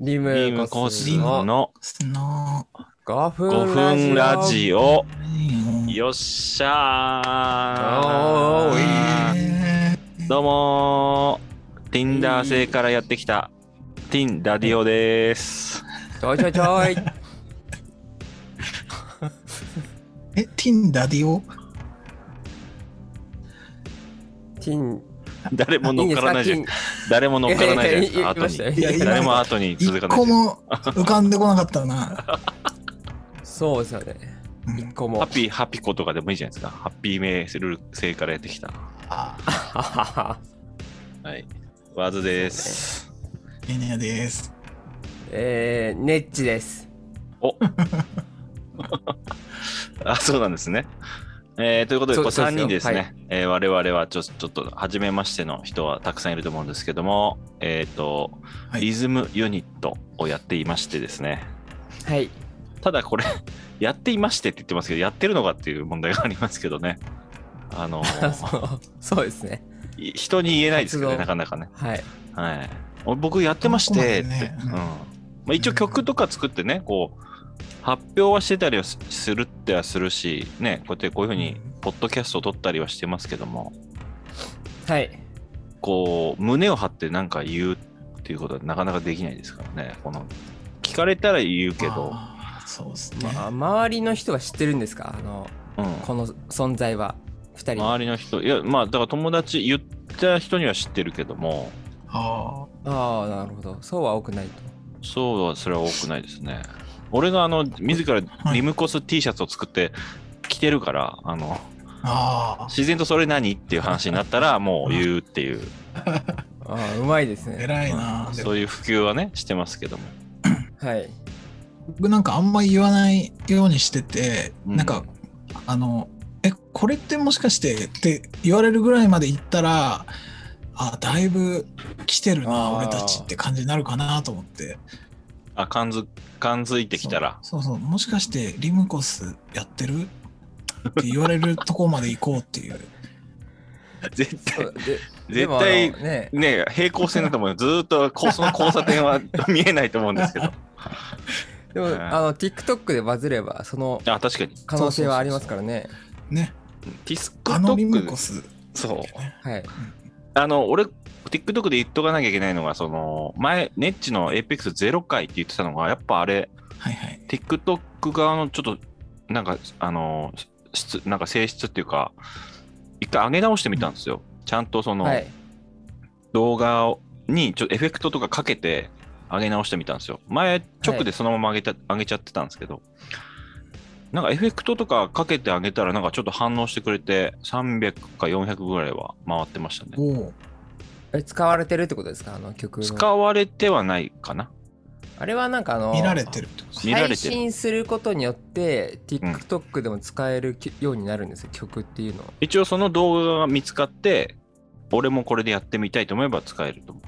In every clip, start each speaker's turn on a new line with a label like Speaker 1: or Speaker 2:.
Speaker 1: リム
Speaker 2: リムコ
Speaker 1: コ
Speaker 2: ス
Speaker 1: ス
Speaker 2: の
Speaker 1: の
Speaker 2: の
Speaker 3: その、
Speaker 1: 5分
Speaker 2: 5分ラジオ。
Speaker 3: いいよ
Speaker 2: よっし
Speaker 1: お
Speaker 2: ゃー
Speaker 3: え
Speaker 2: どうもー。Tinder 製からやってきた、Tin ラディオです。
Speaker 1: ちょいちょいちょい。
Speaker 3: ーえ、ティンダディオ
Speaker 1: ティン、
Speaker 2: 誰も乗っからないじゃん。
Speaker 1: ですか
Speaker 2: 誰も乗っからないじゃないです
Speaker 1: いや
Speaker 2: か、
Speaker 1: いやいや
Speaker 2: 後に。
Speaker 1: 言いま
Speaker 2: 誰も後に続か
Speaker 3: したよ一
Speaker 2: ない
Speaker 3: 個
Speaker 2: じゃん。
Speaker 3: も浮かんでこなかったな。
Speaker 1: ティンそうですよね。
Speaker 3: うん
Speaker 1: 一個
Speaker 2: ハ
Speaker 1: も
Speaker 2: ッ。ピー、ハピコとかでもいいじゃないですか。ハッピーメール製からやってきた。
Speaker 3: あ
Speaker 2: はい。ワーズです。
Speaker 3: エネアです。
Speaker 1: えー、ネッチです。
Speaker 2: おあ、そうなんですね。えーということで、
Speaker 1: そ
Speaker 2: こう
Speaker 1: そう
Speaker 2: 3
Speaker 1: ですよ
Speaker 2: 人ですね、
Speaker 1: は
Speaker 2: えー我々はちょちょっと、初めましての人はたくさんいると思うんですけども、えっ、と、
Speaker 3: はい
Speaker 2: リズムユニットをやっていましてですね、
Speaker 1: はい。
Speaker 2: ただこれ、 やっていましてって言ってますけど、やってるのかっていう問題がありますけどね、あの
Speaker 1: そうそうですね。
Speaker 2: い人に言えないですけどね、な
Speaker 1: 活
Speaker 2: かなかね。
Speaker 1: はい。
Speaker 2: はい、お僕やってましてって、う
Speaker 3: そこまでねうん
Speaker 2: んまあ、一応曲とか作ってねこう発表はしてたりはすするってはするしねこうやってこういうふうにポッドキャストを撮ったりはしてますけども
Speaker 1: はい。
Speaker 2: こう胸を張ってなんか言うっていうことはなかなかできないですからねこの聞かれたら言うけど、
Speaker 3: あー。そうですね。
Speaker 1: まあ、周りの人は知ってるんですかあの、
Speaker 2: うん、
Speaker 1: この存在は。二人。あ
Speaker 2: 周りの人いやまあだから友達言った人には知ってるけども
Speaker 3: あ
Speaker 1: あー、なるほど。そうは多くないと。
Speaker 2: そうはそれは多くないですね。俺があの自らリムコス T シャツを作って着てるから、あの
Speaker 3: ーあ
Speaker 2: 自然とそれ何っていう話になったらもう言うっていう、
Speaker 1: ああ、うまいです
Speaker 3: ー。
Speaker 1: ね。
Speaker 3: 偉いな。
Speaker 2: そういう普及はねしてますけども。
Speaker 1: はい。
Speaker 3: 僕なんかあんま言わないようにしてて、
Speaker 2: うん
Speaker 3: なんか、あの、え、これってもしかしてって言われるぐらいまで言ったら、あ、だいぶ来てるな、
Speaker 1: あー
Speaker 3: 俺たちって感じになるかなと思って。
Speaker 2: あ感づ感づいてきた ら
Speaker 3: そうそうそうもしかしてリムコスやってるって言われるとこまで行こうっていう。
Speaker 2: 絶
Speaker 1: そ
Speaker 2: 対
Speaker 1: うででも
Speaker 2: 絶
Speaker 1: あの
Speaker 2: 対
Speaker 1: ね。
Speaker 2: ね平行線だと思うずーっとこうその交差点は見えないと思うんですけど
Speaker 1: でも、
Speaker 2: うん
Speaker 1: あの、TikTok でバズれば、その
Speaker 2: あ確かに
Speaker 1: 可能性はありますからね。
Speaker 3: ね。 あのリムコ
Speaker 2: TikTok
Speaker 3: ス。
Speaker 2: そう
Speaker 1: はい。
Speaker 2: あの俺 TikTok で言っとかなきゃいけないのがその前ネッチの APEX0 回って言ってたのがやっぱあれ
Speaker 3: はいはい。
Speaker 2: TikTok 側のちょっとなんかあの質なんか性質っていうか一回上げ直してみたんですよ、ちゃんとその
Speaker 1: はい。
Speaker 2: 動画をにちょっとエフェクトとかかけて上げ直してみたんですよ前直でそのまま上げた、上げちゃってたんですけどなんかエフェクトとかかけて上げたらなんかちょっと反応してくれて300か400ぐらいは回ってましたね
Speaker 3: おお。
Speaker 1: え使われてるってことですかあの曲の。
Speaker 2: 使われてはないかな
Speaker 1: あれはなんかあの、
Speaker 3: 見られてるってこと
Speaker 2: 見ら
Speaker 1: 配
Speaker 2: れてる
Speaker 1: 信することによって、TikTok でも使えるきようになるんですよ、曲っていうのは。
Speaker 2: 一応その動画が見つかって俺もこれでやってみたいと思えば使えると思う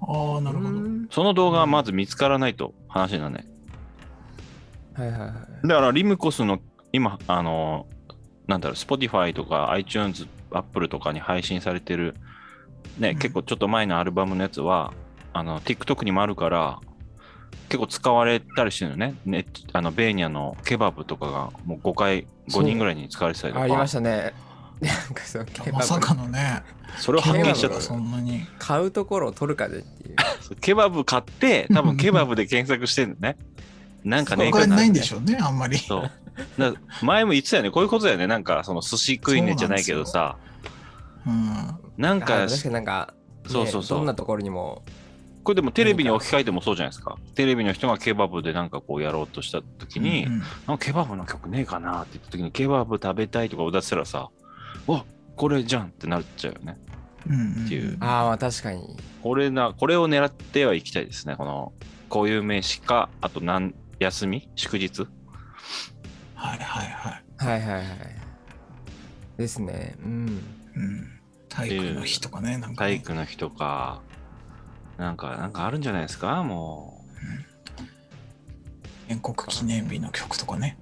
Speaker 3: ああ、なるほ
Speaker 1: う
Speaker 3: ど。
Speaker 1: ん
Speaker 2: その動画はまず見つからないと話にならない。
Speaker 1: はいはいはい。
Speaker 2: だからリムコスの今、あの、なんだろう、Spotify とか iTunes、Apple とかに配信されてる、ね、
Speaker 3: うん
Speaker 2: 結構ちょっと前のアルバムのやつは、あの、TikTok にもあるから、結構使われたりしてるのね。ねあの、ベーニャのケバブとかがもう5回、
Speaker 1: そ
Speaker 2: 5
Speaker 1: う
Speaker 2: 人ぐらいに使われてたりと
Speaker 1: ありま
Speaker 2: か
Speaker 1: し、たね。なんかそのケバ
Speaker 3: まさ
Speaker 1: ブ
Speaker 3: かのね。
Speaker 2: それを発見しち
Speaker 1: ケバ
Speaker 2: ゃっ
Speaker 1: ブ
Speaker 2: た。
Speaker 3: そんなに。
Speaker 1: 買うところを取るかでっていう。
Speaker 2: ケバブ買って、多分ケバブで検索してるのね。なんかね、
Speaker 3: 他にないんで
Speaker 2: ょ
Speaker 3: しょうね、あんまり。
Speaker 2: そう。だ前も言ってたよね、こういうことだよね、なんか、その寿司食いねじゃないけどさ、
Speaker 3: うん。
Speaker 2: なん
Speaker 1: あ
Speaker 2: か、
Speaker 1: 確かになんか、ね
Speaker 2: そうそうそう
Speaker 1: どんなところにも。
Speaker 2: これでもテレビに置き換えてもそうじゃないですか。テレビの人がケバブでなんかこうやろうとした時に、
Speaker 3: うん
Speaker 2: なんかケバブの曲ねえかなって言った時に、ケバブ食べたいとか歌ってたらさ、わこれじゃんってなっちゃうよね。
Speaker 3: うんん
Speaker 2: っていう
Speaker 1: ああ、まあ確かに。
Speaker 2: これな、これを狙ってはいきたいですね、この、こういう名詞か、あとなん、休み祝日
Speaker 3: はいはいはい。
Speaker 1: はいはいはい。ですね。うん。
Speaker 3: うん。体育の日とかね、なんかね。
Speaker 2: 体育の日とか、なんか、なんかあるんじゃないですかも
Speaker 3: 建国記念日の曲とかね。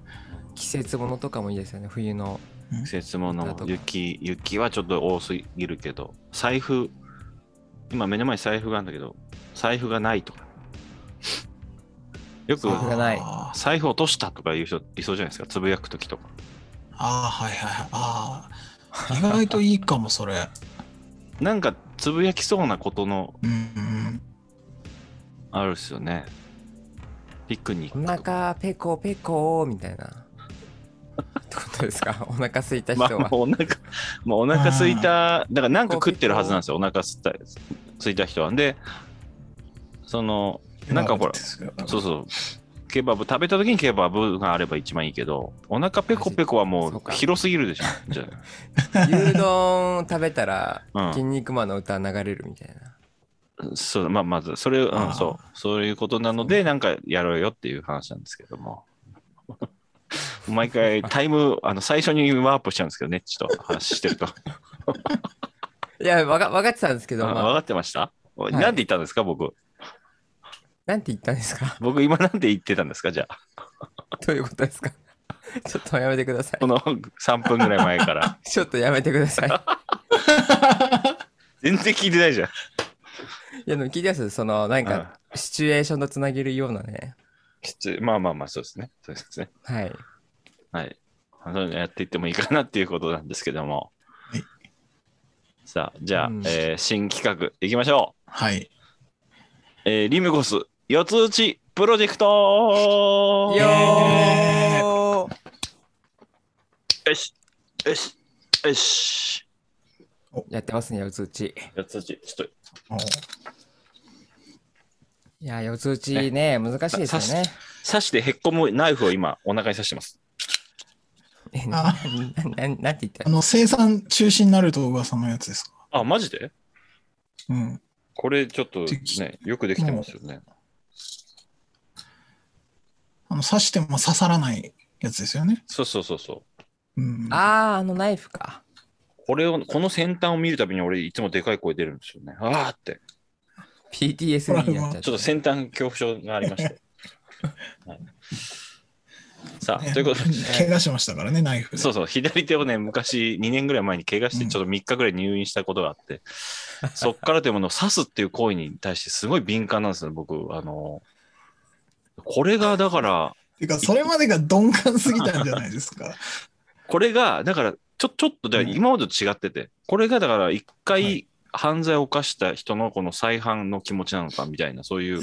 Speaker 1: 季節ものとかもいいですよね、冬の。
Speaker 2: う、季節物
Speaker 1: だとか
Speaker 2: 雪、雪はちょっと多すぎるけど、財布、今目の前に財布があるんだけど、財布がないとか。よく
Speaker 1: 財布がない
Speaker 3: あー
Speaker 2: 財布落としたとかいう人いそうじゃないですか、つぶやくときとか。
Speaker 3: あーはいはいはいあー意外といいかもそれ
Speaker 2: なんかつぶやきそうなことの
Speaker 3: うんうん
Speaker 2: あるっすよね。ピクニ
Speaker 1: お
Speaker 2: ックとか。
Speaker 1: 腹ペコペコみたいな。ってことです かお腹空いた人
Speaker 2: ま
Speaker 1: は
Speaker 2: あ、。まあお腹、まあ、お腹空いた、だからなんか食ってるはずなんですよ、お腹すった空いた人は。で、その、なんかほらそうそう、ケバブ、食べた時にケバブがあれば一番いいけど、お腹ペコペコはも
Speaker 1: そう
Speaker 2: う
Speaker 1: か
Speaker 2: 広すぎ るでしょ。じゃ
Speaker 1: 牛丼食べたら
Speaker 2: う
Speaker 1: 「
Speaker 2: ん
Speaker 1: 筋肉マン」の歌流れるみたいな、
Speaker 2: あそう、まあ、まず、それ、う
Speaker 3: あ
Speaker 2: ん、
Speaker 3: ー
Speaker 2: そう、そういうことなので、なんかやろうよっていう話なんですけども。 毎回タイム、あの、最初にワープしちゃうんですけどね、ちょっと話してると。
Speaker 1: いや分か分かって たんですけど、
Speaker 2: あ
Speaker 1: ま
Speaker 2: 分
Speaker 1: あ
Speaker 2: かってました、
Speaker 1: い
Speaker 2: なんで言ったんですか、僕。
Speaker 1: なんて言ったんですか
Speaker 2: 僕、今なんで言ってたんですか、じゃあ。
Speaker 1: どういうことですか ちょっとやめてくださ
Speaker 2: この3分ぐらい前から。
Speaker 1: いちょっとやめてくだ さい
Speaker 2: 全然聞いてないじゃ
Speaker 1: い
Speaker 2: ん。
Speaker 1: やでも聞いてますそのなん
Speaker 2: うん
Speaker 1: かシチュエーションとつなげるようなね
Speaker 2: きついまあまあまあ、そうですね。そうですね。
Speaker 1: はい
Speaker 2: はい。あのやっていってもいいかなっていうことなんですけども。
Speaker 3: はい
Speaker 2: さあ、じゃあ、
Speaker 1: うん
Speaker 2: えー新企画いきましょ
Speaker 3: はい。
Speaker 2: う。えーリムコス、四つ打ちプロジェクト
Speaker 1: よ
Speaker 3: え
Speaker 1: ー
Speaker 2: よし、よし、よし。
Speaker 1: やってますね四つ打ち
Speaker 2: 四つ打ち、ちょっ
Speaker 3: お
Speaker 1: いや四つ打ちね難しいですよね
Speaker 2: と、刺してへっこむナイフを今、お腹に刺してます。
Speaker 1: え な
Speaker 3: あ
Speaker 1: なななんて言った
Speaker 3: あの、生産中止になると噂のやつですか。
Speaker 2: あ、マジで
Speaker 3: うん。
Speaker 2: これちょっと
Speaker 3: でき
Speaker 2: ね、よくできてますよね。
Speaker 3: あの、刺しても刺さらないやつですよね。
Speaker 2: そうそうそうそう。
Speaker 3: うん。
Speaker 1: ああーあのナイフか
Speaker 2: これを、この先端を見るたびに俺いつもでかい声出るんですよね。あーって。
Speaker 1: PTSD になっちゃって
Speaker 2: ちょっと先端恐怖症がありま して。はいさあ、
Speaker 3: ね
Speaker 2: ということで、
Speaker 3: 怪我しましたからね、ナ イフで。
Speaker 2: そうそう、左手をね、昔2年ぐらい前に怪我して、ちょっと3日ぐらい入院したことがあって、 そっからというものを刺すっていう行為に対してすごい敏感なんですよ、僕。あの、これがだから、
Speaker 3: てか、それまでが鈍感すぎたんじゃないですか。
Speaker 2: これが、だから、ちょ、ちょっとだ、
Speaker 3: うん
Speaker 2: 今までと違ってて、これがだから、一
Speaker 3: は
Speaker 2: 回犯罪を犯した人のこの再犯の気持ちなのかみたいな、そういう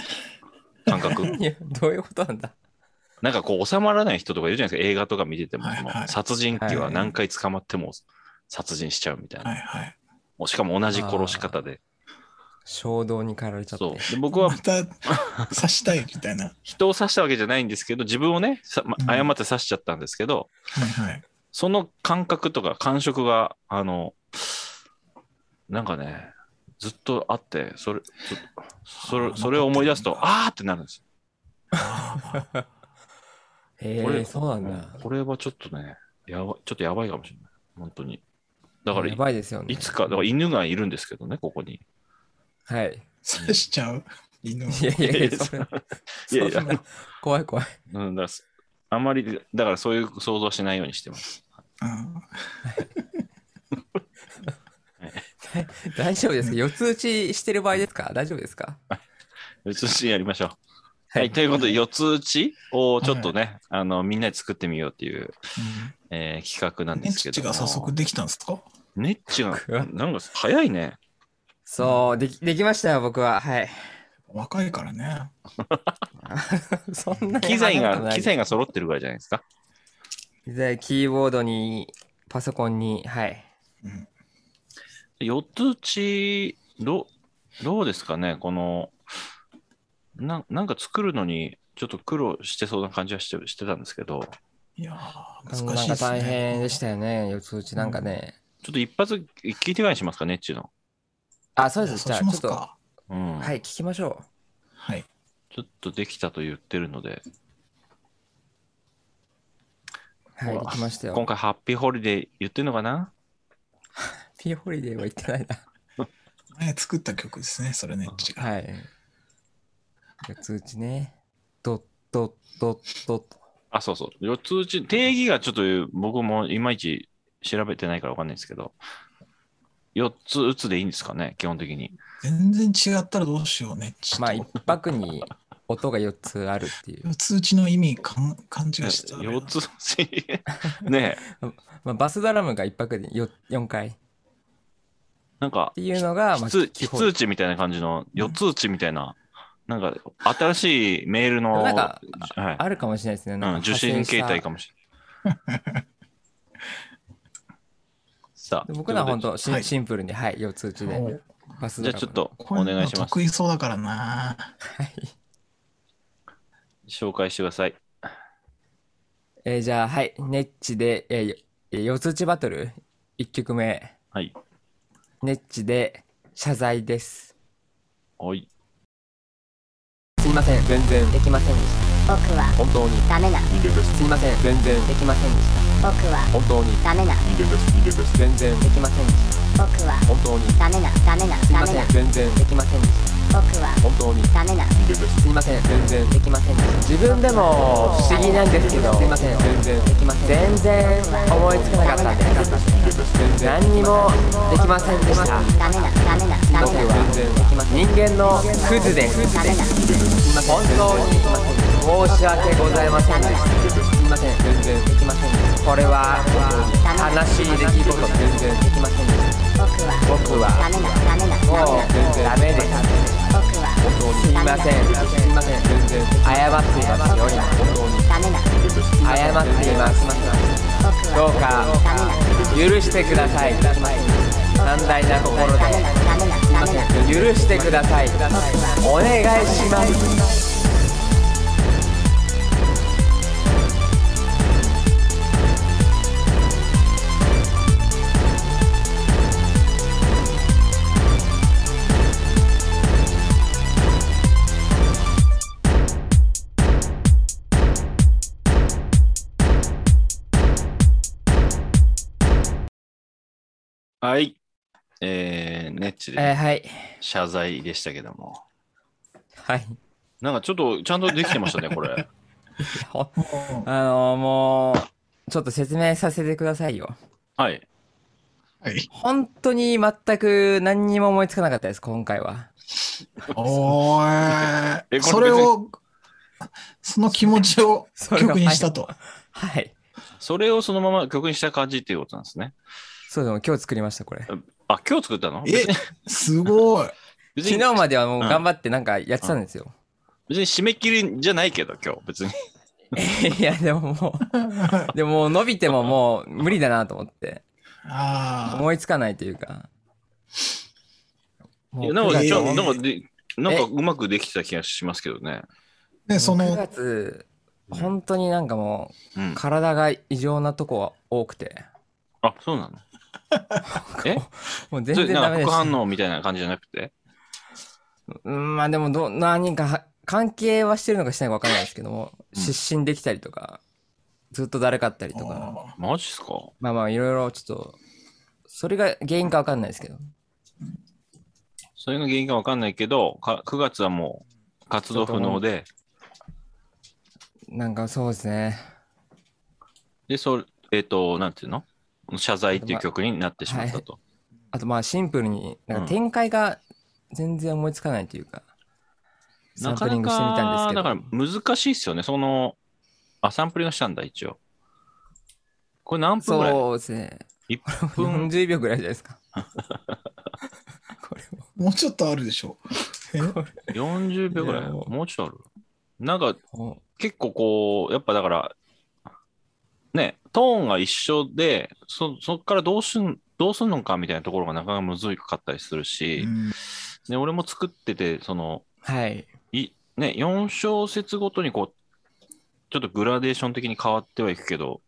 Speaker 2: 感覚。
Speaker 1: いやどういうことなんだ
Speaker 2: なんかこう収まらない人とかいるじゃないですか、映画とか見てても、
Speaker 3: はいはい
Speaker 2: もう殺人鬼は何回捕まっても殺人しちゃうみたいな、
Speaker 3: はいはい。
Speaker 2: もうしかも同じ殺し方で、
Speaker 1: 衝動に駆られちゃって
Speaker 2: そうで僕は
Speaker 3: また刺したいみたいな。
Speaker 2: 人を刺したわけじゃないんですけど、自分をね、さま
Speaker 3: うん
Speaker 2: 誤って刺しちゃったんですけど、
Speaker 3: はいはい。
Speaker 2: その感覚とか感触が、あのなんかね、ずっとあって、それずっとそれそれを思い出すと、あーってなるんですよ。
Speaker 1: へ
Speaker 2: これ
Speaker 1: えそうなんだ
Speaker 2: うんこれはちょっとね、やばいちょっとやばいかもしれない、本当に。だから
Speaker 1: や、ばいですよね
Speaker 2: いつか、だから犬がいるんですけどね、ここに。
Speaker 1: はい
Speaker 3: 刺しちゃう犬を。
Speaker 1: いやいやい
Speaker 2: いや
Speaker 1: やそれ
Speaker 2: いやいや
Speaker 1: そんな怖い怖い
Speaker 2: うん、だからすあんまり、だからそういう想像はしないようにしてます。
Speaker 3: うん
Speaker 1: 大丈夫ですか四つ打ちしてる場合ですか大丈夫ですか
Speaker 2: 四つ打ちやりましょう。
Speaker 1: は
Speaker 2: はいい、ということで、四つ打ちをちょっとね、あの、みんなで作ってみようっていう、えー企画なん
Speaker 3: ネ
Speaker 2: です
Speaker 3: ッ
Speaker 2: けど
Speaker 3: チ
Speaker 2: も。
Speaker 3: が早速できたんですか
Speaker 2: ネッチが、なんか早いね。
Speaker 1: そうできできましたよ僕は はい
Speaker 3: 若いからね。
Speaker 1: そんなに
Speaker 2: 機材
Speaker 1: 話すこと
Speaker 2: が、
Speaker 1: ない
Speaker 2: 機材が揃ってるぐらいじゃないですか。
Speaker 1: 機材キーボードにパソコンにはい
Speaker 3: うん
Speaker 2: 四つ打ち、どう、どうですかね、この、ななんか作るのに、ちょっと苦労してそうな感じはしてしてたんですけど、
Speaker 3: いやー難
Speaker 1: な
Speaker 3: し
Speaker 1: ん
Speaker 3: いで
Speaker 1: か
Speaker 3: す
Speaker 1: 大変
Speaker 3: ね
Speaker 1: で。したよね四つ打ちなんかね
Speaker 2: ちょっと一発聞いてからにしますか、ネッチの。
Speaker 1: あそう
Speaker 3: じ
Speaker 1: で
Speaker 3: ゃあ
Speaker 1: すじ
Speaker 3: そう
Speaker 1: ゃあちょ
Speaker 3: しま
Speaker 1: っ
Speaker 3: す
Speaker 1: と
Speaker 3: か。
Speaker 2: うん。
Speaker 1: はい聞きましょ
Speaker 3: はい。
Speaker 2: ちょっとできたと言ってるので、
Speaker 1: うはい
Speaker 2: ほ
Speaker 1: で
Speaker 2: ら
Speaker 1: きました
Speaker 2: 今
Speaker 1: よ
Speaker 2: 回ハッピーホリデー言ってるのかな
Speaker 1: ピーホリデーは言ってないな
Speaker 3: 前作った曲ですね、それネッチが。
Speaker 1: はい四つ打ちねドッドッドッドッと
Speaker 2: あ、そうそう。四つ打ち、定義がちょっと僕もいまいち調べてないからわかんないですけど、 4つ打つでいいんですかね、基本的に。
Speaker 3: 全然違ったらどうしようね。ちょっと
Speaker 1: まあ、一泊に音が4つあるっていう。
Speaker 3: 四つ打ちの意味かん勘違いしてた。
Speaker 2: 4つ、ねえ
Speaker 1: まあ、バスドラムが一泊で 4, 4回っ
Speaker 2: なんか、
Speaker 1: ていうのが、まあ、
Speaker 2: 非通
Speaker 1: 基
Speaker 2: 非
Speaker 1: 本
Speaker 2: 通知みたいな感じの、4つ打ちみたいな、なんか、新しいメールの、
Speaker 1: なんか
Speaker 2: はい
Speaker 1: あるかもしれないですね。
Speaker 2: う
Speaker 1: なんか
Speaker 2: ん、受信形態か
Speaker 1: も。
Speaker 2: もしれ ない。さあ、
Speaker 1: 僕らは本当シン、
Speaker 3: はい
Speaker 1: シンプルに、はい、4つ打ちで。
Speaker 3: お
Speaker 1: バスド
Speaker 2: じゃ
Speaker 1: ラム。
Speaker 2: あちょっ。と
Speaker 3: こう
Speaker 2: お
Speaker 3: いう
Speaker 2: 願い
Speaker 3: の
Speaker 2: します。
Speaker 3: 得意そうだからな。
Speaker 1: はい。
Speaker 2: 紹介してください。
Speaker 1: えーじゃあ、はい。ネッチで、えーよえー四つ打ちバトル、1曲目。
Speaker 2: はい。
Speaker 1: ネッチで、謝罪です。
Speaker 2: はい。
Speaker 1: すいません。全然。
Speaker 4: できませんでした僕は
Speaker 1: 本当に。
Speaker 4: ダメな
Speaker 1: 人間です。すいません。全然。
Speaker 4: できませんでした僕は
Speaker 1: 本当に。
Speaker 4: ダメな
Speaker 1: 人間です。人間です。全然。
Speaker 4: できませんでした僕は
Speaker 1: 本当に。
Speaker 4: ダメなダメな
Speaker 1: すいま
Speaker 4: ダメ
Speaker 1: せ。
Speaker 4: なん
Speaker 1: 全然。
Speaker 4: できませんでした僕は
Speaker 1: 本当に。
Speaker 4: ダメな
Speaker 1: 人間です。すいません。全然。
Speaker 4: できませんでした
Speaker 5: 自分でも不思議なんですけど
Speaker 1: すいません。全然。
Speaker 4: できませんでし
Speaker 5: 全
Speaker 4: た
Speaker 5: 然思いつかなかったんです
Speaker 1: 全然。
Speaker 5: 何にもできませんでした
Speaker 4: ダメなダメなダメな
Speaker 1: 僕は全然
Speaker 4: できませ
Speaker 5: 人
Speaker 4: ん
Speaker 5: 間のクズです
Speaker 4: ダメな
Speaker 5: 本当に申し訳ございませんでし
Speaker 1: すいません。全然。
Speaker 4: できませんでした
Speaker 5: たこれは
Speaker 4: ダメな
Speaker 5: 悲しい出来事です
Speaker 1: 全然。
Speaker 4: できませんでした僕
Speaker 5: 僕
Speaker 4: は
Speaker 5: は
Speaker 4: ダメなダメなダメ
Speaker 5: もう
Speaker 4: な
Speaker 5: ダメです
Speaker 4: 僕は
Speaker 5: すいません
Speaker 1: すいません。全然。
Speaker 5: 謝っていますよ今
Speaker 1: 本当に。
Speaker 4: ダメな
Speaker 5: 謝っています
Speaker 4: 僕
Speaker 5: どう
Speaker 4: は
Speaker 5: か
Speaker 4: ダメな
Speaker 5: 許してください寛大な心
Speaker 4: ダメなダメなダメな
Speaker 5: で許してくださいお願いします
Speaker 2: はい。えー、ネッチ
Speaker 1: えー、
Speaker 2: で
Speaker 1: はい。
Speaker 2: 謝罪でしたけども。
Speaker 1: はい。
Speaker 2: なんかちょっとちゃんとできてましたね、これ。
Speaker 1: ほん
Speaker 3: もう
Speaker 1: あのもう、ちょっと説明させてくださいよ。
Speaker 2: はい。
Speaker 3: はい。
Speaker 1: 本当に全く何にも思いつかなかったです、今回は。
Speaker 3: おー
Speaker 2: えこれ
Speaker 3: い。それを、その気持ちを
Speaker 1: それが
Speaker 3: 曲にしたと。
Speaker 1: はい。
Speaker 2: それをそのまま曲にした感じっていうことなんですね。
Speaker 1: そうでも今日作りました、これ。
Speaker 2: あ、今日作ったの
Speaker 3: え、すごい。
Speaker 2: 別
Speaker 1: 昨
Speaker 2: に
Speaker 1: 日まではもう
Speaker 2: うん
Speaker 1: 頑張ってなんかやってたんですよ。
Speaker 2: 別に締め切りじゃないけど、今日。別に。
Speaker 1: いや、でももう、でももう伸びてももう無理だなと思って。
Speaker 3: あ
Speaker 1: 思いつかないというか。もう
Speaker 2: なん
Speaker 1: 9
Speaker 2: か、
Speaker 1: 月
Speaker 2: ちょ
Speaker 3: えー
Speaker 2: なんかで、なんかうまくできてた気がしますけどね。
Speaker 3: あ。ね、そ
Speaker 1: 9
Speaker 3: の、
Speaker 1: 月、本当になんかも
Speaker 2: う。
Speaker 1: うん体が異常なとこは多くて。
Speaker 2: あ、そう なのえ
Speaker 1: もう全
Speaker 2: それ
Speaker 1: 然
Speaker 2: な
Speaker 1: ダ
Speaker 2: ん
Speaker 1: メ
Speaker 2: か
Speaker 1: で
Speaker 2: 副
Speaker 1: す。
Speaker 2: 反応みたいな感じじゃなくて
Speaker 1: うん、まあでもど、何かは関係はしてるのかしてないのか分かんないですけども、
Speaker 2: うん
Speaker 1: 失神できたりとか、ずっとだるかったりとか、
Speaker 2: マジっすか
Speaker 1: まあまあいろいろちょっと、それが原因か分かんないですけど、
Speaker 2: それの原因かわかんないけど、か9月はもう活動不能で、
Speaker 1: なんかそうですね。
Speaker 2: で、それ、えっ、と、なんていうの謝罪っていう曲になってしまったと。
Speaker 1: あとまあシンプルに、なん
Speaker 2: うん
Speaker 1: か展開が全然思いつかないというか、サンプリングしてみたんですけど、
Speaker 2: なかなかだから難しいっすよね。その、あ、サンプリングしたんだ、一応。これ何分ぐらい
Speaker 1: そうですね。
Speaker 2: ?1 分
Speaker 1: 40秒ぐらいじゃないですか。これも
Speaker 3: もうちょっとあるでしょ。え
Speaker 2: 40秒ぐらい
Speaker 1: いやもう
Speaker 2: もうちょっとある。なんか、
Speaker 1: も
Speaker 2: 結構こう、やっぱだから、ね、トーンが一緒で、そそっからどうすん、どうすんのかみたいなところがなかなかむずいかったりするし、
Speaker 3: うん
Speaker 2: で俺も作ってて、その、
Speaker 1: うはい。
Speaker 2: いね、4小節ごとにこう、ちょっとグラデーション的に変わってはいくけど、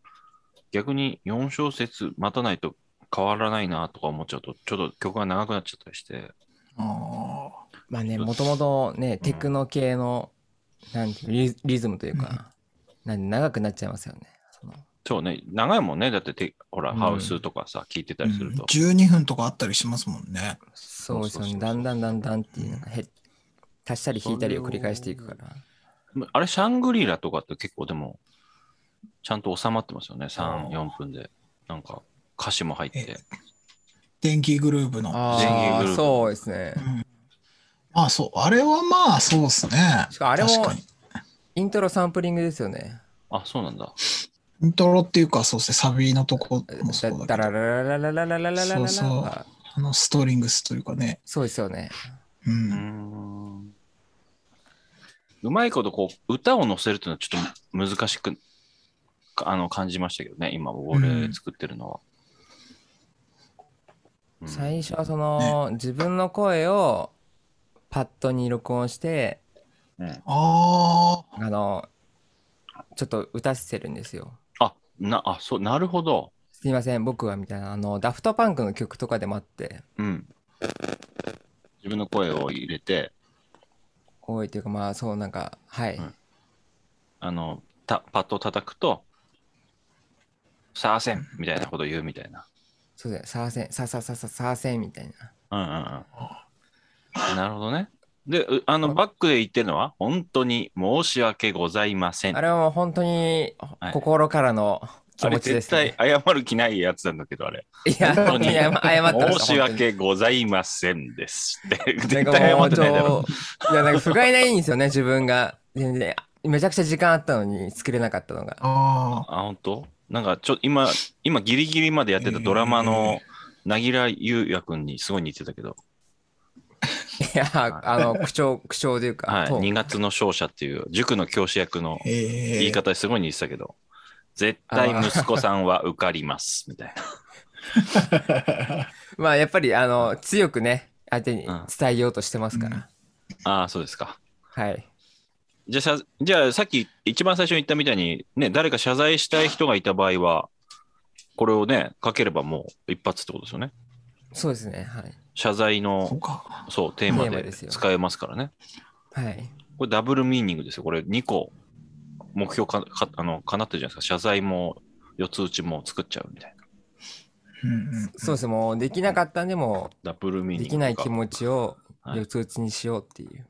Speaker 2: 逆に4小節待たないと変わらないなとか思っちゃうと、ちょっと曲が長くなっちゃったりして、
Speaker 3: あ
Speaker 1: まあね、もともとね、テクノ系の、なんていうリズリズムというか、なんで長くなっちゃいますよね。その
Speaker 2: そうね、長いもんね、だってて、ほら、
Speaker 1: うん
Speaker 2: ハウスとかさ、聞いてた
Speaker 3: ー
Speaker 2: りすると。
Speaker 3: 12分とかあったりしますもんね。
Speaker 1: そうですよ
Speaker 2: そうそうそう
Speaker 1: ね。だんだんだんだんっていうのが減っ足したり引いたりを繰り返していくから。
Speaker 2: あれ、シャングリラとかって結構でも、ちゃんと収まってますよね。3、4分で。なんか、歌詞も入って。
Speaker 3: 電気グルーブの。
Speaker 2: 電
Speaker 1: あ
Speaker 2: 撃グ
Speaker 1: あ、
Speaker 2: ループ
Speaker 1: そうですね。
Speaker 3: まあそう、あれはまあそうですね。
Speaker 1: しかもあれも
Speaker 3: 確かに。
Speaker 1: イントロサンプリングですよね。
Speaker 2: あ、そうなんだ。
Speaker 3: イントロっていうか、そうですね、サビのとこもそうだけ
Speaker 1: だ
Speaker 3: ど、
Speaker 1: ららららららららららら
Speaker 3: そうそう
Speaker 1: あ
Speaker 3: あのストーリングスというかね。
Speaker 1: そうですよね。
Speaker 3: う。
Speaker 2: うんん。うまいことこう、歌を乗せるっていうのはちょっと難しく、かあの、感じましたけどね、今、俺作ってるのは。うん
Speaker 1: 最初はその、自分の声をパッドに録音して、
Speaker 3: ああ、
Speaker 1: あの、ちょっと打たせてるんですよ。
Speaker 2: あ、な、あ、そう、なるほど。
Speaker 1: すいません、僕はみたいな、あの、ダフトパンクの曲とかでもあって、
Speaker 2: うん。自分の声を入れて、
Speaker 1: 多いというか、まあ、そう、なんか、はい。
Speaker 2: うんあの、たパッと叩くと、サーセンみたいなこと言うみたいな。
Speaker 1: そうだよ、サーセン、サーサーサーサーサーセンみたいな。
Speaker 2: うんうんうん。なるほどね。で、うあの、バックで言ってるのは、本当に申し訳ございません。
Speaker 1: あれはもう本当に
Speaker 2: はい
Speaker 1: 心からの気
Speaker 2: あれ
Speaker 1: 持ちで
Speaker 2: 絶
Speaker 1: す、ね
Speaker 2: 対。謝る気ないやつなんだけど、あれ。
Speaker 1: いや、
Speaker 2: 本当
Speaker 1: 本当
Speaker 2: に
Speaker 1: に謝謝ってました。
Speaker 2: 申し訳ございませんですって。
Speaker 1: 本当に。
Speaker 2: 絶
Speaker 1: な
Speaker 2: 対謝っ
Speaker 1: ん
Speaker 2: て
Speaker 1: か
Speaker 2: ないだ
Speaker 1: も
Speaker 2: ろ
Speaker 1: う、ちょいや、なんか不甲斐ないんですよね、自分が。全然、めちゃくちゃ時間あったのに作れなかったのが。
Speaker 3: あ
Speaker 2: あ、本当？なんかちょ、今、今ギリギリまでやってたドラマの、なぎらゆうやくんにすごい似てたけど、
Speaker 1: いや、あの、口調、口調というか、
Speaker 2: はい、
Speaker 1: トーン
Speaker 2: 2月の勝者っていう塾の教師役の
Speaker 3: あ、ええ
Speaker 2: 言い方すごい似てたけど、絶対息子さんは受かります、みたいな。
Speaker 1: まあ、やっぱり、あの、強くね、相手に
Speaker 2: うん
Speaker 1: 伝えようとしてますから。
Speaker 2: ああ、そうですか。
Speaker 1: はい。
Speaker 2: じゃあさ、じゃあさっき一番最初に言ったみたいに、ね、誰か謝罪したい人がいた場合は、これをね、かければもう一発ってことですよね。
Speaker 1: そうですね、はい。
Speaker 2: 謝罪
Speaker 3: そう
Speaker 2: の、
Speaker 3: か。
Speaker 2: そう、テーマ
Speaker 1: テーマ
Speaker 2: で
Speaker 1: ですよ
Speaker 2: 使えますからね。
Speaker 1: はい。
Speaker 2: これダブルミーニングですよ。これ2個目標かかあの叶ってるじゃないですか。謝罪も四つ打ちも作っちゃうみたいな。
Speaker 3: うんうん、
Speaker 1: そうですね、もう、できなかったんで、も
Speaker 2: ダブル
Speaker 1: う、
Speaker 2: ミーニング
Speaker 1: できない気持ちを、
Speaker 2: はい
Speaker 1: 四つ打ちにしようっていう。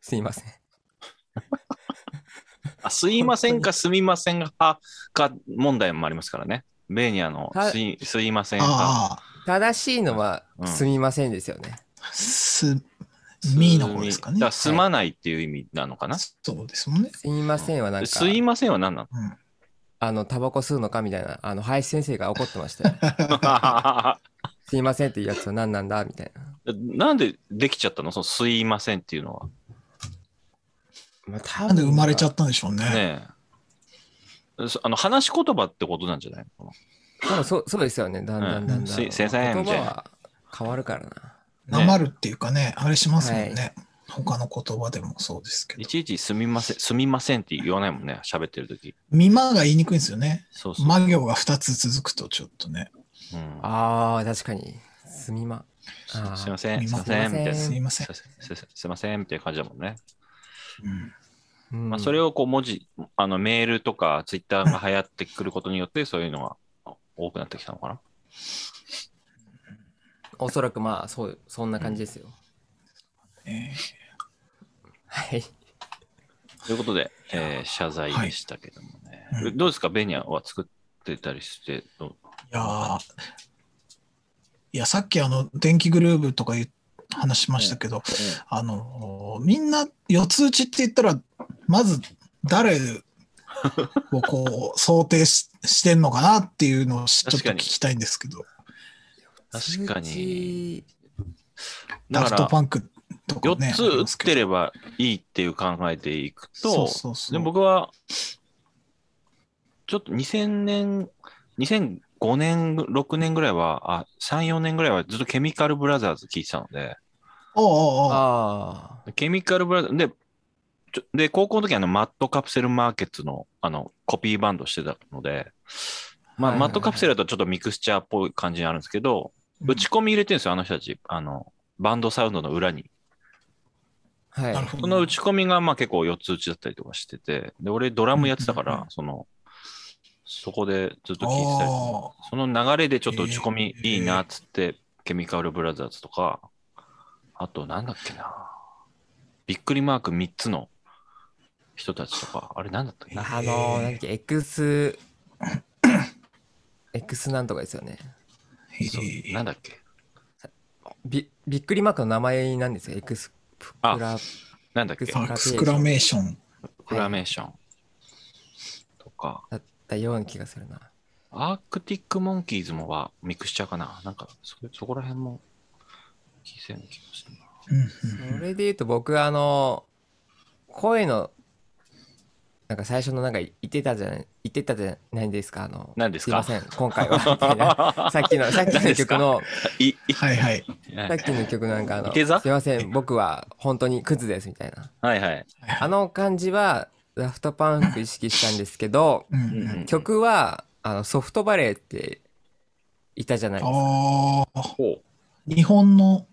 Speaker 1: すいません。
Speaker 2: あすいませんか、すみません派か問題もありますからね。ベーニアの
Speaker 1: はい
Speaker 2: すいすいません派。
Speaker 3: あ
Speaker 1: 正しいのは
Speaker 2: う、ん
Speaker 1: すみませんですよね。
Speaker 3: あ、す、みの方ですかね。
Speaker 2: だからすまないっていう意味なのかな。
Speaker 3: そうですもんね。
Speaker 1: すみませんは、なんか、
Speaker 2: すいませんは何なの
Speaker 3: うん
Speaker 1: あの、タバコ吸うのかみたいな、あの、林先生が怒ってましたよ。 すいませんっていうやつは何なんだみたいな。
Speaker 2: なんでできちゃったのそのすいませんっていうのは。
Speaker 1: まあ、多
Speaker 3: なんで生まれちゃ
Speaker 1: っ
Speaker 3: ったんでしょうね。
Speaker 2: ねえ。そあの話し言葉ってことなんじゃないの
Speaker 1: た。でもそう、そうですよね、だんだんだんだん。
Speaker 2: うんす先生
Speaker 1: 言
Speaker 2: みたい
Speaker 1: 葉
Speaker 2: な
Speaker 1: は変わるからな。
Speaker 3: なまるっていうかね、あれしますもんね。他の言葉でもそうですけ
Speaker 2: い
Speaker 3: ど。
Speaker 2: ちいちすみません、すみませんって言わないもんね、喋ってるとき。
Speaker 3: みまが言いにくいんですよね。
Speaker 2: そうそう。
Speaker 3: ま行が2つ続くとちょっとね。
Speaker 2: うん
Speaker 1: ああ、確かに。すみま。あー
Speaker 2: すいません、
Speaker 3: み
Speaker 2: すい
Speaker 3: ま
Speaker 2: ま
Speaker 3: せ
Speaker 2: せ
Speaker 1: ん
Speaker 2: ん、みたいな。
Speaker 1: す
Speaker 3: すいません
Speaker 2: すい。ませんすいません、みたいな感じだもんね。
Speaker 3: うん
Speaker 1: うん
Speaker 2: まあ、それをこう文字、あのメールとかツイッターが流行ってくることによって、そういうのが多くなってきたのかな。
Speaker 1: おそらくまあ、そう、そんな感じですよ。
Speaker 3: え
Speaker 1: はい。
Speaker 2: ということで、えー謝罪でしたけどもね。
Speaker 3: はいう
Speaker 2: どうですか、ベニアは作ってたりして、どう
Speaker 3: ーいやーいや、さっきあの、電気グルーブとかいう話しましたけど、あのー、みんな四つ打ちって言ったら、まず誰をこう、想定ししてんのかなっていうのをしちょっ
Speaker 2: 確
Speaker 3: と
Speaker 2: か
Speaker 3: 聞
Speaker 2: に
Speaker 3: きたいんですけど、
Speaker 2: 確か
Speaker 1: 通
Speaker 2: に
Speaker 1: 知。
Speaker 2: だ
Speaker 3: ダ
Speaker 2: か
Speaker 3: フト
Speaker 2: ら、
Speaker 3: パンクとか
Speaker 2: 4
Speaker 3: ね。
Speaker 2: つ打って
Speaker 3: る
Speaker 2: ればいいっていう考えていくと、
Speaker 3: そうそうそう
Speaker 2: で僕は、ちょっと2000年、2005年、6年ぐらいは、あ、3、4年ぐらいはずっとケミカルブラザーズ聞いてたので、
Speaker 3: おうおうおう
Speaker 1: ああ。
Speaker 2: ケミカルブラザーズ、で、ちょで、高校の時はあの、マットカプセルマーケッツの、あの、コピーバンドしてたので、まあ、
Speaker 1: はいはいはい
Speaker 2: マットカプセルだとちょっとミクスチャーっぽい感じにあるんですけど、
Speaker 3: うん
Speaker 2: 打ち込み入れてるんですよ、あの人たち。あの、バンドサウンドの裏に。
Speaker 1: はい
Speaker 3: な。るほど。
Speaker 2: その打ち込みがまあ結構四つ打ちだったりとかしてて、で、俺ドラムやってたか
Speaker 3: うんうん
Speaker 2: ら、その、そこでずっと
Speaker 3: あ
Speaker 2: 聞いてたりとか、
Speaker 3: ー
Speaker 2: その流れでちょっと打ち込み
Speaker 3: えー
Speaker 2: いいなっつって、ケミカルブラザーズとか、あとなんだっけな、びっくりマーク3つの人たちとか、あれなんだったっけな、
Speaker 1: あの、なんだっけ、X、 X なんとかですよね。
Speaker 3: へ
Speaker 2: そう
Speaker 3: え
Speaker 2: なんだっけ
Speaker 1: びびっくりマークの名前なんですよ。X プ
Speaker 2: あ
Speaker 1: クラ。
Speaker 2: なんだっけ
Speaker 1: そう
Speaker 2: プ
Speaker 3: あエクスクラメーション。
Speaker 2: ラメーションとか、
Speaker 1: だったような気がするな。
Speaker 2: アークティック・モンキーズもはミクスチャーかななんかそ、そこら辺も聞いてる気がするな。
Speaker 3: うんうん
Speaker 1: それで言うと僕あの声のなんか最初のなんか言ってたじゃない言ってたじゃないですかあの
Speaker 2: 何ですか
Speaker 1: すいません今回 はみたいなさっきのさっき
Speaker 2: 何で
Speaker 1: の
Speaker 2: す
Speaker 1: 曲
Speaker 2: か
Speaker 1: の
Speaker 2: い、い、
Speaker 3: はいはい。
Speaker 1: さっきの曲なんかあ
Speaker 2: い
Speaker 1: の
Speaker 2: て座
Speaker 1: すいません僕は本当にクズですみたいな
Speaker 2: はいはい。
Speaker 1: あの感じはラフトパンク意識したんですけど
Speaker 3: うん
Speaker 2: う
Speaker 3: うん
Speaker 2: うんん、
Speaker 1: 曲はあのソフトバレーっていたじゃないですか
Speaker 3: ああ、
Speaker 2: ほ
Speaker 3: 日本の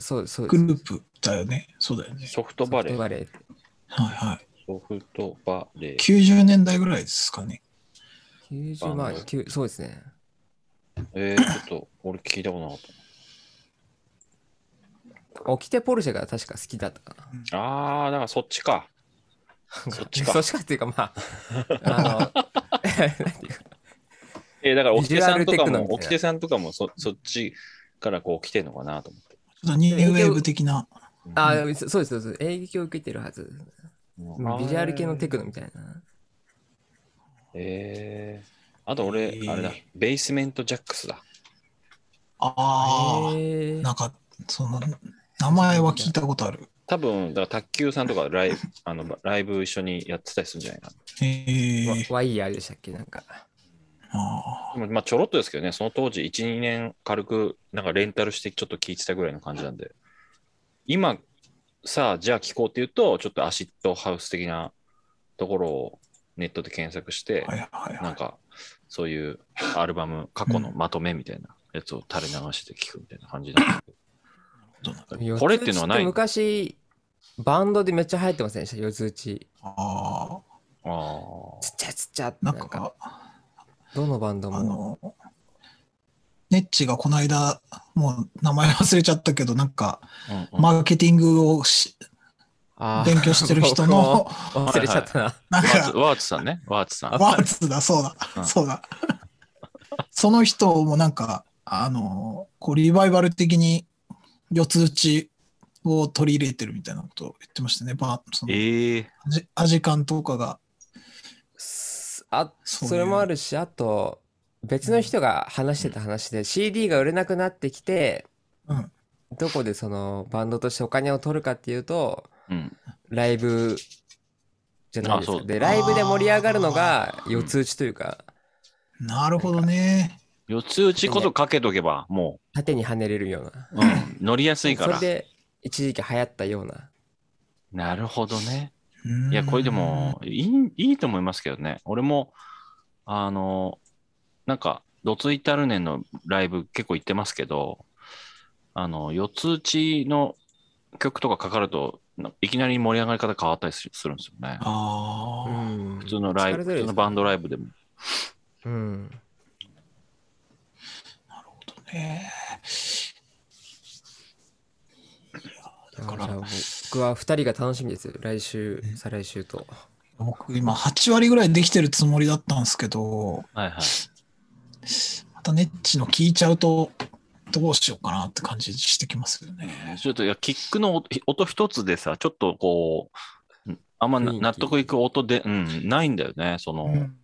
Speaker 1: そうそうで
Speaker 3: グ
Speaker 1: す
Speaker 3: ループだよね。そうだよ
Speaker 2: う
Speaker 3: ね。
Speaker 2: ソフト
Speaker 1: ソ
Speaker 2: バ
Speaker 1: フ
Speaker 2: レ
Speaker 1: ト
Speaker 2: ー。
Speaker 1: バレーって
Speaker 3: はいはい。
Speaker 2: ソフトバレー。
Speaker 3: 90年代ぐらいですかね。
Speaker 1: 90万9そうですね
Speaker 2: えー、ちょっと、俺聞いたことなかっ
Speaker 1: オキテポルシェが確か好きだったかな
Speaker 2: た。あー、だからそっちか。そっちか
Speaker 1: そっちかっていうか、まあ、 あの、なんていうか
Speaker 2: えー、だから、
Speaker 1: ビ
Speaker 2: 沖
Speaker 1: ジ
Speaker 2: 手
Speaker 1: ュ
Speaker 2: さ
Speaker 1: ア
Speaker 2: ん
Speaker 1: ル
Speaker 2: と
Speaker 1: テ
Speaker 2: か
Speaker 1: クノみたいな
Speaker 2: も、沖手さんとかもそ、そっちからこう来てんのかなと思って。
Speaker 3: ちょっとニューウェーブ的な。
Speaker 1: あそそうです、そうです。影響を受けてるはず。ビジュアル系のテクノみたいな。
Speaker 2: えー、あと俺、
Speaker 3: えー
Speaker 2: あれだ、ベースメントジャックスだ。
Speaker 3: あ
Speaker 1: へー
Speaker 3: あ、なんか、その、名前は聞いたことある。
Speaker 2: 多分、だから卓球さんとかライブ、あのライブ一緒にやってたりするんじゃないか
Speaker 3: へえ。
Speaker 1: ワワイヤーでしたっけなんか。
Speaker 3: あ
Speaker 2: な。でもまあ、ちょろっとですけどね、その当時、1、2年軽く、なんかレンタルしてちょっと聞いてたぐらいの感じなんで、今、さあ、じゃあ聞こうっていうと、ちょっとアシッドハウス的なところをネットで検索して、
Speaker 3: あ、はいはい
Speaker 2: なん
Speaker 3: は
Speaker 2: か、そういうアルバム、過去のまとめみたいなやつを垂れ流して聞くみたいな感じなんですけ
Speaker 3: どうな
Speaker 2: どこれっていうのはない
Speaker 1: 四つ打ちって昔、バンドでめっちゃ流行ってませんでした四つ打ち。
Speaker 3: あ
Speaker 2: あー
Speaker 1: ちっちゃいちっちゃって
Speaker 3: あ、
Speaker 1: な
Speaker 3: なんん
Speaker 1: か、
Speaker 3: か、
Speaker 1: どのバンド
Speaker 3: あ
Speaker 1: も。
Speaker 3: の、ネッチがこの間、もう名前忘れちゃったけど、なんか、
Speaker 2: うんうん
Speaker 3: マーケティングをし
Speaker 1: あー
Speaker 3: 勉強してる人の、
Speaker 1: 忘れちゃったな。
Speaker 3: な
Speaker 2: ワ
Speaker 3: ん
Speaker 2: ーツ
Speaker 3: か、
Speaker 2: ワーツさんね、ワーツさん。
Speaker 3: ワーツだ、そう
Speaker 2: うん
Speaker 3: だ、そうだ。その人もなんか、あの、こう、リバイバル的に四つ打ちを取り入れてるみたいなことを言ってましたね。バーその
Speaker 2: ええ
Speaker 3: アジアジカンとかが。
Speaker 1: すあ
Speaker 3: そういう
Speaker 1: それもあるしあと別の人が話してた話で CD が売れなくなってきて
Speaker 3: うん
Speaker 1: どこでそのバンドとしてお金を取るかっていうと
Speaker 2: うん。
Speaker 1: ライブじゃないです
Speaker 2: あ
Speaker 1: か
Speaker 2: そう
Speaker 1: でライブで盛り上がるのが四つ打ちというか
Speaker 3: なるほどね。
Speaker 2: 四つ打ちことかけとけば、も
Speaker 1: 縦に跳ねれるような
Speaker 2: う、うん、乗りやすいか
Speaker 1: それ
Speaker 2: ら。
Speaker 1: で一時期流行ったような
Speaker 2: なるほどね。
Speaker 3: うん
Speaker 2: いや、これでも、いい、いいと思いますけどね。俺も、あの、なんか、ドツイタルネンのライブ結構行ってますけど、あの、四つ打ちの曲とかかかると、ないきなり盛り上がり方変わったりするするんですよね。
Speaker 3: あ
Speaker 1: う
Speaker 3: あ、
Speaker 1: ん
Speaker 2: 普通のライブ、
Speaker 1: 力強い
Speaker 2: 普
Speaker 1: です
Speaker 2: 通のバンドライブでも。
Speaker 1: うん
Speaker 3: ねだから
Speaker 1: あじゃあ僕は二人が楽しみです来週再来週と
Speaker 3: 僕今8割ぐらいできてるつもりだったんですけど、
Speaker 2: はいはい。
Speaker 3: またネッチの聞いちゃうと、どうしようかなって感じしてきますよね。
Speaker 2: ちょっといやキックの音音一つでさ、ちょっとこう、んあんまな
Speaker 1: 雰囲気
Speaker 2: 納得いく音で、うん、ないんだよね。その、
Speaker 3: うん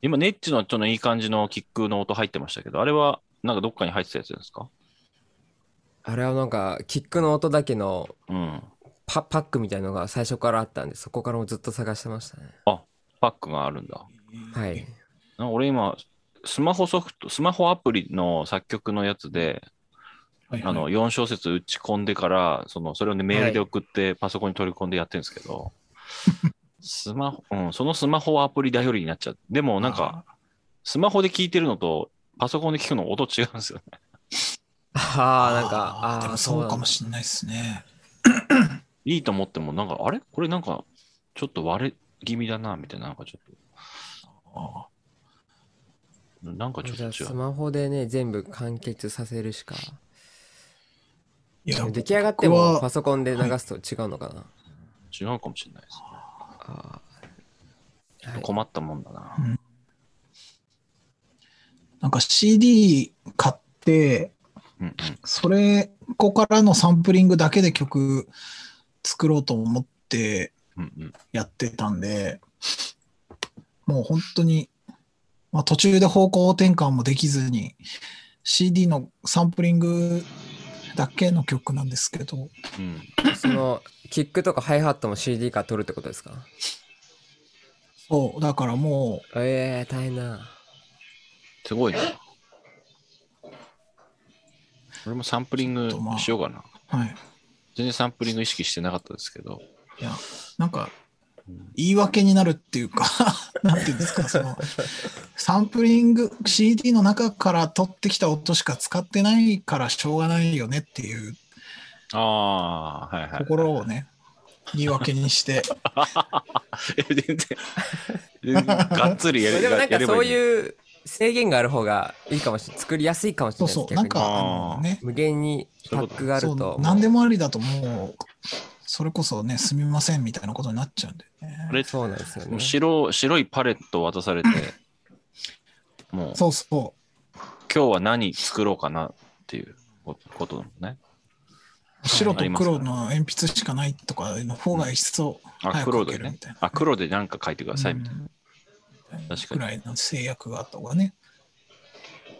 Speaker 2: 今、ネッチのちょっといい感じのキックの音入ってましたけど、あれは、なんかどっかに入ってたやつですか
Speaker 1: あれはなんかキックの音だけの
Speaker 2: うん。
Speaker 1: パパックみたいのが最初からあったんでそこからもずっと探してましたね
Speaker 2: パックがあるんだ。
Speaker 1: はい
Speaker 2: なんか俺今、スマホソフト、スマホアプリの作曲のやつで、
Speaker 3: はいはい
Speaker 2: あの、4小節打ち込んでから、その、それをね、メールで送って、パソコンに取り込んでやってるんですけど、スマホ、うん、そのスマホアプリ頼りになっちゃう。でも、なんか、スマホで聞いてるのと、パソコンで聞くの音違うんですよね。
Speaker 1: ああなんか
Speaker 3: ーで
Speaker 1: ああ
Speaker 3: もそうかもしれないですね。
Speaker 2: いいと思っても、なんか、あれこれなんか、ちょっと割れ気味だな、みたいな、なんかちょっ
Speaker 3: あ
Speaker 2: と、なんかちょっ
Speaker 1: じ
Speaker 2: と
Speaker 1: ゃあ
Speaker 2: 違
Speaker 1: ス
Speaker 2: う。
Speaker 1: マホでね全部完結させるしか
Speaker 3: ーいや、
Speaker 1: 出来上がって
Speaker 3: 僕
Speaker 1: も
Speaker 3: は
Speaker 1: パソコンで流すと違うのかな、
Speaker 2: 違うかもしれないですね。
Speaker 1: ああ
Speaker 2: 困ったもんだな。
Speaker 3: うんなんか CD 買って、
Speaker 2: うん
Speaker 3: それ、ここからのサンプリングだけで曲作ろうと思って
Speaker 2: うんうん
Speaker 3: やってたんで、もう本当に、まあ、途中で方向転換もできずに、CD のサンプリングだけの曲なんですけど、
Speaker 2: うん
Speaker 1: そのキックとかハイハットも CD から取るってことですか
Speaker 3: そう、だからも
Speaker 1: ええー、大変だ
Speaker 2: すごいな。俺もサンプリング
Speaker 3: ちょっとまあ
Speaker 2: しようかな。
Speaker 3: う、はい。
Speaker 2: 全然サンプリング意識してなかったですけど。
Speaker 3: いや、なんか、言い訳になるっていうか、 なんていうんですか、その、サンプリング、CD の中から取ってきた音しか使ってないからしょうがないよねっていう
Speaker 2: ああ、はいはい。
Speaker 3: ところをね、言い訳 にして、
Speaker 2: え 全然、全然がっつりや れ
Speaker 1: でもなん
Speaker 2: や
Speaker 1: か
Speaker 2: れば
Speaker 1: そう
Speaker 2: う。
Speaker 1: いう制限がある方がいいかもしれない作りやすいかもしれ
Speaker 3: そう
Speaker 1: ないです
Speaker 3: そう、なんか、
Speaker 1: 逆に
Speaker 2: あー
Speaker 3: あのね、
Speaker 1: 無限にパックがある
Speaker 3: そ
Speaker 1: と
Speaker 3: う、何でもありだともう、それこそね、すみませんみたいなことになっちゃうんでね。
Speaker 2: あれ
Speaker 1: そうなんですよ
Speaker 2: も
Speaker 1: ね
Speaker 2: う白白いパレット渡され て、もう
Speaker 3: そうそ
Speaker 2: 今日は何作ろうかなっていうことだもんね。
Speaker 3: う、白
Speaker 2: あ
Speaker 3: と
Speaker 2: ります
Speaker 3: 黒の鉛筆しかないとかの方が一層
Speaker 2: あ、
Speaker 3: 早く
Speaker 2: 黒
Speaker 3: 書
Speaker 2: で
Speaker 3: ける
Speaker 2: ね
Speaker 3: みたい。な。
Speaker 2: あ、黒で何か書いてくださいみたいな。
Speaker 3: うん
Speaker 2: 確か
Speaker 3: く
Speaker 2: に
Speaker 3: らいの制約があった方 がね。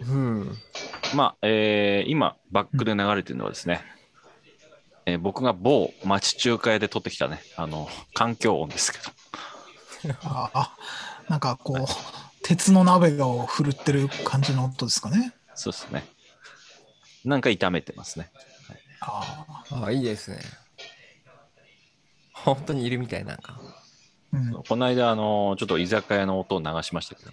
Speaker 1: うん
Speaker 2: まあ、えー今、バックで流れてるのはですね、えー僕が某町中華屋で撮ってきたね、あの、環境音ですけど、
Speaker 3: ああ、なんかこう、鉄の鍋を振るってる感じの音ですかね。
Speaker 2: そうですね。なんか炒めてますね。
Speaker 3: ああ、
Speaker 1: あいいですね本当にいるみたいなんか
Speaker 3: うん。はい
Speaker 2: この間、あの、ちょっと居酒屋の音を流しましたけど、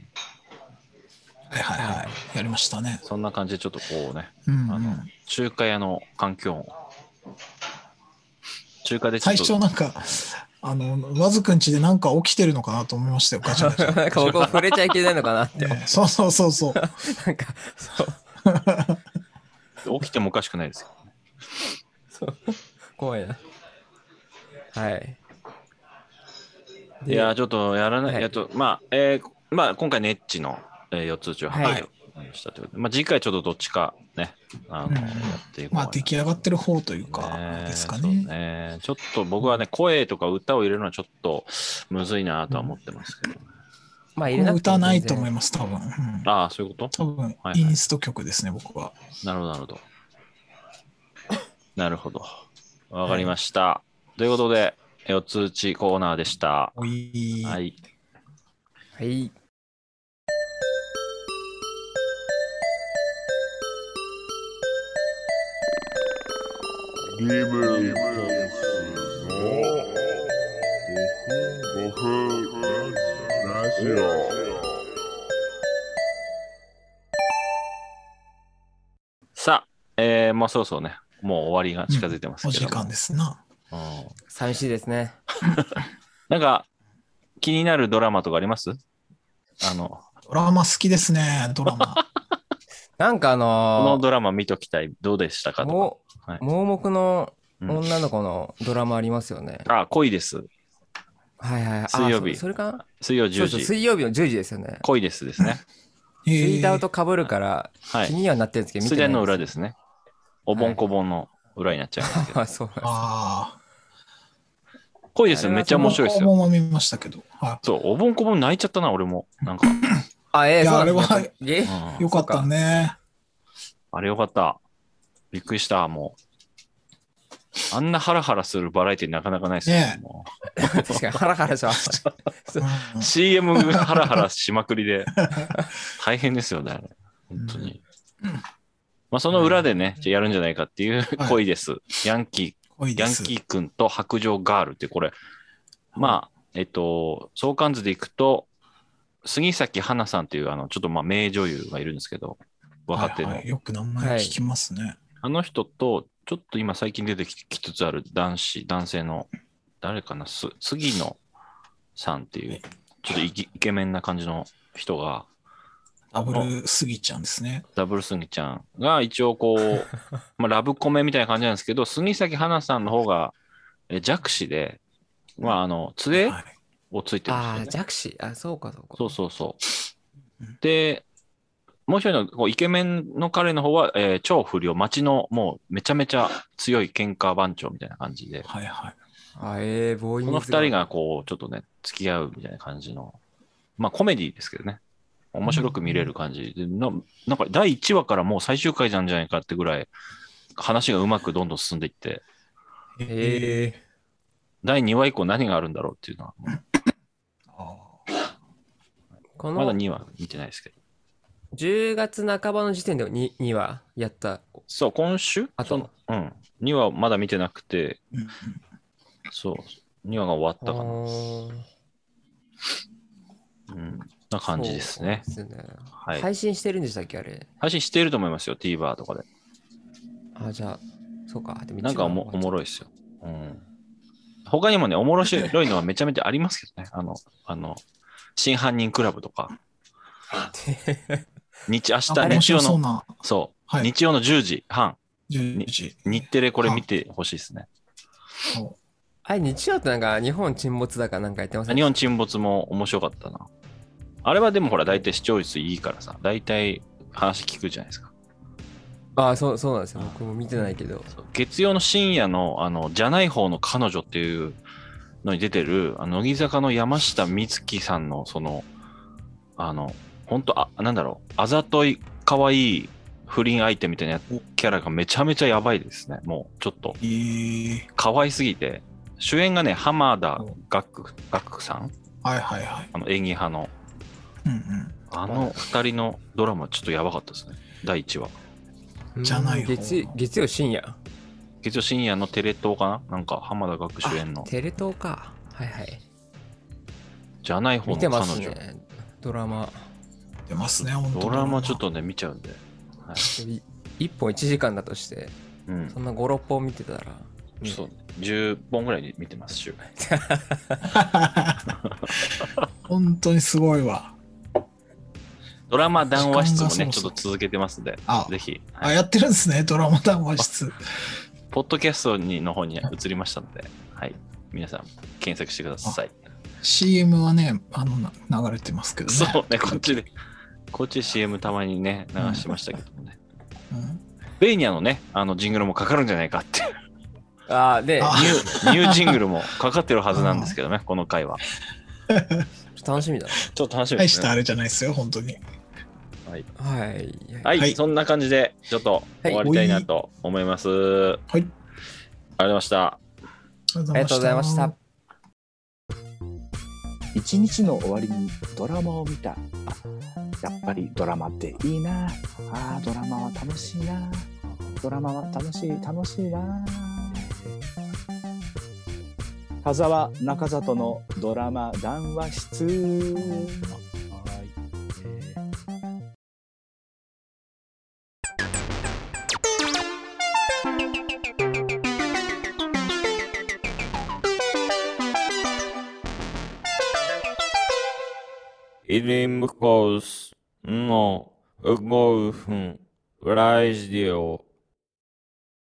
Speaker 3: はいはい。やりましたね。
Speaker 2: そんな感じでちょっとこうね、
Speaker 3: うん、う
Speaker 2: あの
Speaker 3: ん。、
Speaker 2: 中華屋の環境音。中華でちょっ
Speaker 3: 最
Speaker 2: と
Speaker 3: 初なんか、あの、わずくんちでなんか起きてるのかなと思いましたよ、ガチャガ チ
Speaker 1: なんか僕も触れちゃいけないのかなって
Speaker 3: ャ。ねそうそうそうそう。
Speaker 1: なんかそう
Speaker 2: 起きてもおかしくないですよ。
Speaker 1: そう怖いなはい
Speaker 2: いやー、ちょっとやらない、
Speaker 1: はい
Speaker 2: やっと、まあ、えーまあ、今回、ネッチの、えー、四つ打ちを発表したということで、まあ、次回ちょっとどっちかね、あの、
Speaker 3: うん
Speaker 2: やっていこうかな
Speaker 3: まあ、出来上がってる方というか、
Speaker 2: ね
Speaker 3: ですか
Speaker 2: そう
Speaker 3: ね。
Speaker 2: ねちょっと僕はね、声とか歌を入れるのはちょっとむずいなとは思ってますけど、
Speaker 1: まあ入れ
Speaker 3: これ
Speaker 1: なくて
Speaker 3: 歌わないと
Speaker 1: も
Speaker 3: 思い
Speaker 1: 全
Speaker 3: ます、多分。うん
Speaker 2: ああ、そういうこと
Speaker 3: 多分
Speaker 2: は、い
Speaker 3: インスト曲ですね、僕は。
Speaker 2: なるほど、なるほ ど。なるほど。わかりました。ということで、四つ打ちコーナーでした。
Speaker 3: おいー
Speaker 2: はい。
Speaker 1: 然はい
Speaker 6: リブリブリブのごふんごふんラジオ。
Speaker 2: さあ、えー、まあ、そろそろね、もう終わりが近づいてます
Speaker 3: お
Speaker 2: けど
Speaker 3: 時
Speaker 2: も、
Speaker 3: 間ですな。
Speaker 2: うん
Speaker 1: 寂しいですね
Speaker 2: なんか、気になるドラマとかありますあの、
Speaker 3: ドラマ好きですね、ド ラマ。
Speaker 1: なんかあ
Speaker 2: この
Speaker 1: の
Speaker 2: ドラマ見ときたい、どうでしたか
Speaker 1: ー、
Speaker 2: と
Speaker 1: も
Speaker 2: か。はい
Speaker 1: 盲目の
Speaker 2: うん
Speaker 1: 女の子のドラマありますよね。
Speaker 2: あ、恋です。
Speaker 1: はいはいはい。あ
Speaker 2: 水曜日
Speaker 1: そそれかな
Speaker 2: 水曜
Speaker 1: そ
Speaker 2: 10
Speaker 1: うそう、
Speaker 2: 時。
Speaker 1: 水曜日の10時ですよね。
Speaker 2: 恋ですで すね。
Speaker 1: ツ
Speaker 3: え
Speaker 1: イ
Speaker 3: ー
Speaker 1: ーダウとかぶるから
Speaker 2: は
Speaker 1: 気
Speaker 2: い。
Speaker 1: にはなってるんですけど、
Speaker 2: 水田の裏
Speaker 1: で
Speaker 2: ですね。おぼんこぼんの裏になっちゃいますけど。
Speaker 1: あ、そうなんです。
Speaker 3: ああ。
Speaker 2: 恋ですよ、めっちゃ面白いです
Speaker 3: 僕
Speaker 2: よ。
Speaker 3: も見ましたけど。は
Speaker 2: そう、おぼんこぼん泣いちゃったな、俺も。なんか、うん
Speaker 1: あ、ええ
Speaker 3: いや
Speaker 1: そうなんです
Speaker 3: あれは
Speaker 1: ねやっぱ
Speaker 3: い。よかったね。
Speaker 2: あれよかった。びっくりした、もう。あんなハラハラするバラエティなかなかないですよ
Speaker 3: ねえ
Speaker 2: もう
Speaker 1: え確かにハラハラします。
Speaker 3: うん
Speaker 2: CM ハラハラしまくり で、大変ですよね、あれ本当に。まあ、その裏でね、じゃあやるんじゃないかっていう
Speaker 3: はい
Speaker 2: 恋です。ヤンキ
Speaker 3: 濃い
Speaker 2: ー、
Speaker 3: で
Speaker 2: ヤン
Speaker 3: す。
Speaker 2: キー君と白状ガールって、これ、まあ、えっと、相関図でいくと、杉咲花さんっていう、あの、ちょっとまあ、名女優がいるんですけど、若手の。
Speaker 3: はいはいよく名前聞きますね。
Speaker 2: あの人と、ちょっと今最近出てきつつある男子、男性の、誰かな、す杉野さんっていう、ちょっとイケイケメンな感じの人が、
Speaker 3: ダブルスギちゃんですね。
Speaker 2: ダブルスギちゃんが一 応こう、まあ、ラブコメみたいな感じなんですけど、杉咲花さんの方がえ弱視で、まああの、杖
Speaker 3: はい
Speaker 2: をついてるんですよ
Speaker 1: あ
Speaker 2: ね
Speaker 1: あ、。弱視。あ、そうかそうか。
Speaker 2: そうそうそう。で、もう一人のこうイケメンの彼の方は、えー超不良、町のもうめちゃめちゃ強い喧嘩番長みたいな感じで、こ
Speaker 3: はいはい。
Speaker 1: あ、ええボーイミ
Speaker 2: の
Speaker 1: ズ
Speaker 2: 二人がこう、ちょっとね、付き合うみたいな感じの、まあコメディですけどね、面白く見れる感じで、ななんか第1話からもう最終回なんじゃないかってぐらい、話がうまくどんどん進んでいって、
Speaker 1: ええ
Speaker 2: 第2話以降何があるんだろうっていうのは、も
Speaker 3: あ
Speaker 1: こ
Speaker 2: うまだ
Speaker 1: の
Speaker 2: 2話見てないですけど、
Speaker 1: 10月半ばの時点で 2, 2話やった。
Speaker 2: そう、今週
Speaker 1: あと
Speaker 2: そのうん、2話まだ見てなくて、
Speaker 3: ーうん
Speaker 2: そう、2話が終わったかな。
Speaker 1: おー
Speaker 2: うん、な感じですね。
Speaker 1: そうですね
Speaker 2: はい。
Speaker 1: 配信してるんでしたっけあれ。
Speaker 2: 配信していると思いますよ、TVer とかで。
Speaker 1: あ、じゃあ、そうか。でも
Speaker 2: なんかおもおも
Speaker 1: ろ
Speaker 2: ろいですよ。うん。他にもね、おもろしろいのはめちゃめちゃありますけ どね。あの、あの、真犯人クラブとか、日、明日、
Speaker 3: なんか面
Speaker 2: 日曜
Speaker 3: 白そ
Speaker 2: の、
Speaker 3: うな。
Speaker 2: そう、
Speaker 3: はい
Speaker 2: 日曜の10時半、
Speaker 3: 10時。
Speaker 2: 日テレこれ見てほしいですね。
Speaker 3: そう
Speaker 1: あれ、日曜ってなんか日本沈没だかなんかやってます
Speaker 2: 日本沈没も面白かったな。あれはでもほら、大体視聴率いいからさ、大体話聞くじゃないですか。
Speaker 1: あ、そう、そうなんですよ。僕も見てないけど。
Speaker 2: そう月曜の深夜の、あの、じゃない方の彼女っていうのに出てる、あの乃木坂の山下美月さんの、その、あの、本当あ、なんだろう、あざとい、可愛い不倫相手みたいなキャラがめちゃめちゃやばいですね。もう、ちょっと、
Speaker 3: えー
Speaker 2: 可愛すぎて。主演がね、浜田岳岳さん、
Speaker 3: はいはいはい。
Speaker 2: あの、演技派の。
Speaker 3: うんうん。
Speaker 2: あの二人のドラマ、ちょっとやばかったですね。第1話。
Speaker 3: じゃない方
Speaker 1: うん月月曜深夜。
Speaker 2: 月曜深夜のテレ東かななんか、浜田岳主演の。
Speaker 1: テレ東か。はいはい。
Speaker 2: じゃない方
Speaker 1: 見
Speaker 2: の
Speaker 1: て
Speaker 2: 彼
Speaker 1: ます
Speaker 2: 女。
Speaker 1: ね。ドラマ。
Speaker 3: 出ますね、本当
Speaker 2: ドラマちょっ。とね、見ちゃうんで。
Speaker 1: 1本1時間だとして、
Speaker 2: うん
Speaker 1: そ。んな5、6本見てたら。ね
Speaker 2: そう。10本ぐらい見てます、週。
Speaker 3: 本当にすごいわ。
Speaker 2: ドラマ談話室も
Speaker 3: 時
Speaker 2: ね、
Speaker 3: 間が
Speaker 2: ち
Speaker 3: そ
Speaker 2: ょ
Speaker 3: ろそろ
Speaker 2: っと続けてますんで
Speaker 3: あ、
Speaker 2: ぜひ、
Speaker 3: あ、
Speaker 2: はい
Speaker 3: やってるんですね、ドラマ談話室。
Speaker 2: ポッドキャストにの方に移りましたので、はい。皆さん、検索してください。
Speaker 3: CM はね、あの、な流れてますけどね。
Speaker 2: そうね、こっちで。こっち CM たまにね、流してましたけどもね。
Speaker 3: うん
Speaker 2: ベイニアのね、あの、ジングルもかかるんじゃないかっていう、
Speaker 1: あーで、
Speaker 3: あ
Speaker 2: ニューニュージングルもかかってるはずなんですけどね、この回は。
Speaker 1: 楽しみだ
Speaker 2: ちょっと楽しみで
Speaker 3: 大
Speaker 2: す
Speaker 3: し
Speaker 2: ね
Speaker 3: た。あれじゃないですよ、本当に。
Speaker 1: な。はい。
Speaker 2: はい、
Speaker 3: はい
Speaker 2: そんな感じで、ちょっと終わりたいなと思います。ありがとう
Speaker 3: はい。あり
Speaker 2: ございました。
Speaker 3: が
Speaker 1: ありがとうございました。。
Speaker 7: 一日の終わりにドラマを見たあやっぱりドラマっていいなあードラマは楽しいなドラマは楽しい楽しいな田沢中里のドラマ談話室
Speaker 8: イリムコースの5分ラジオ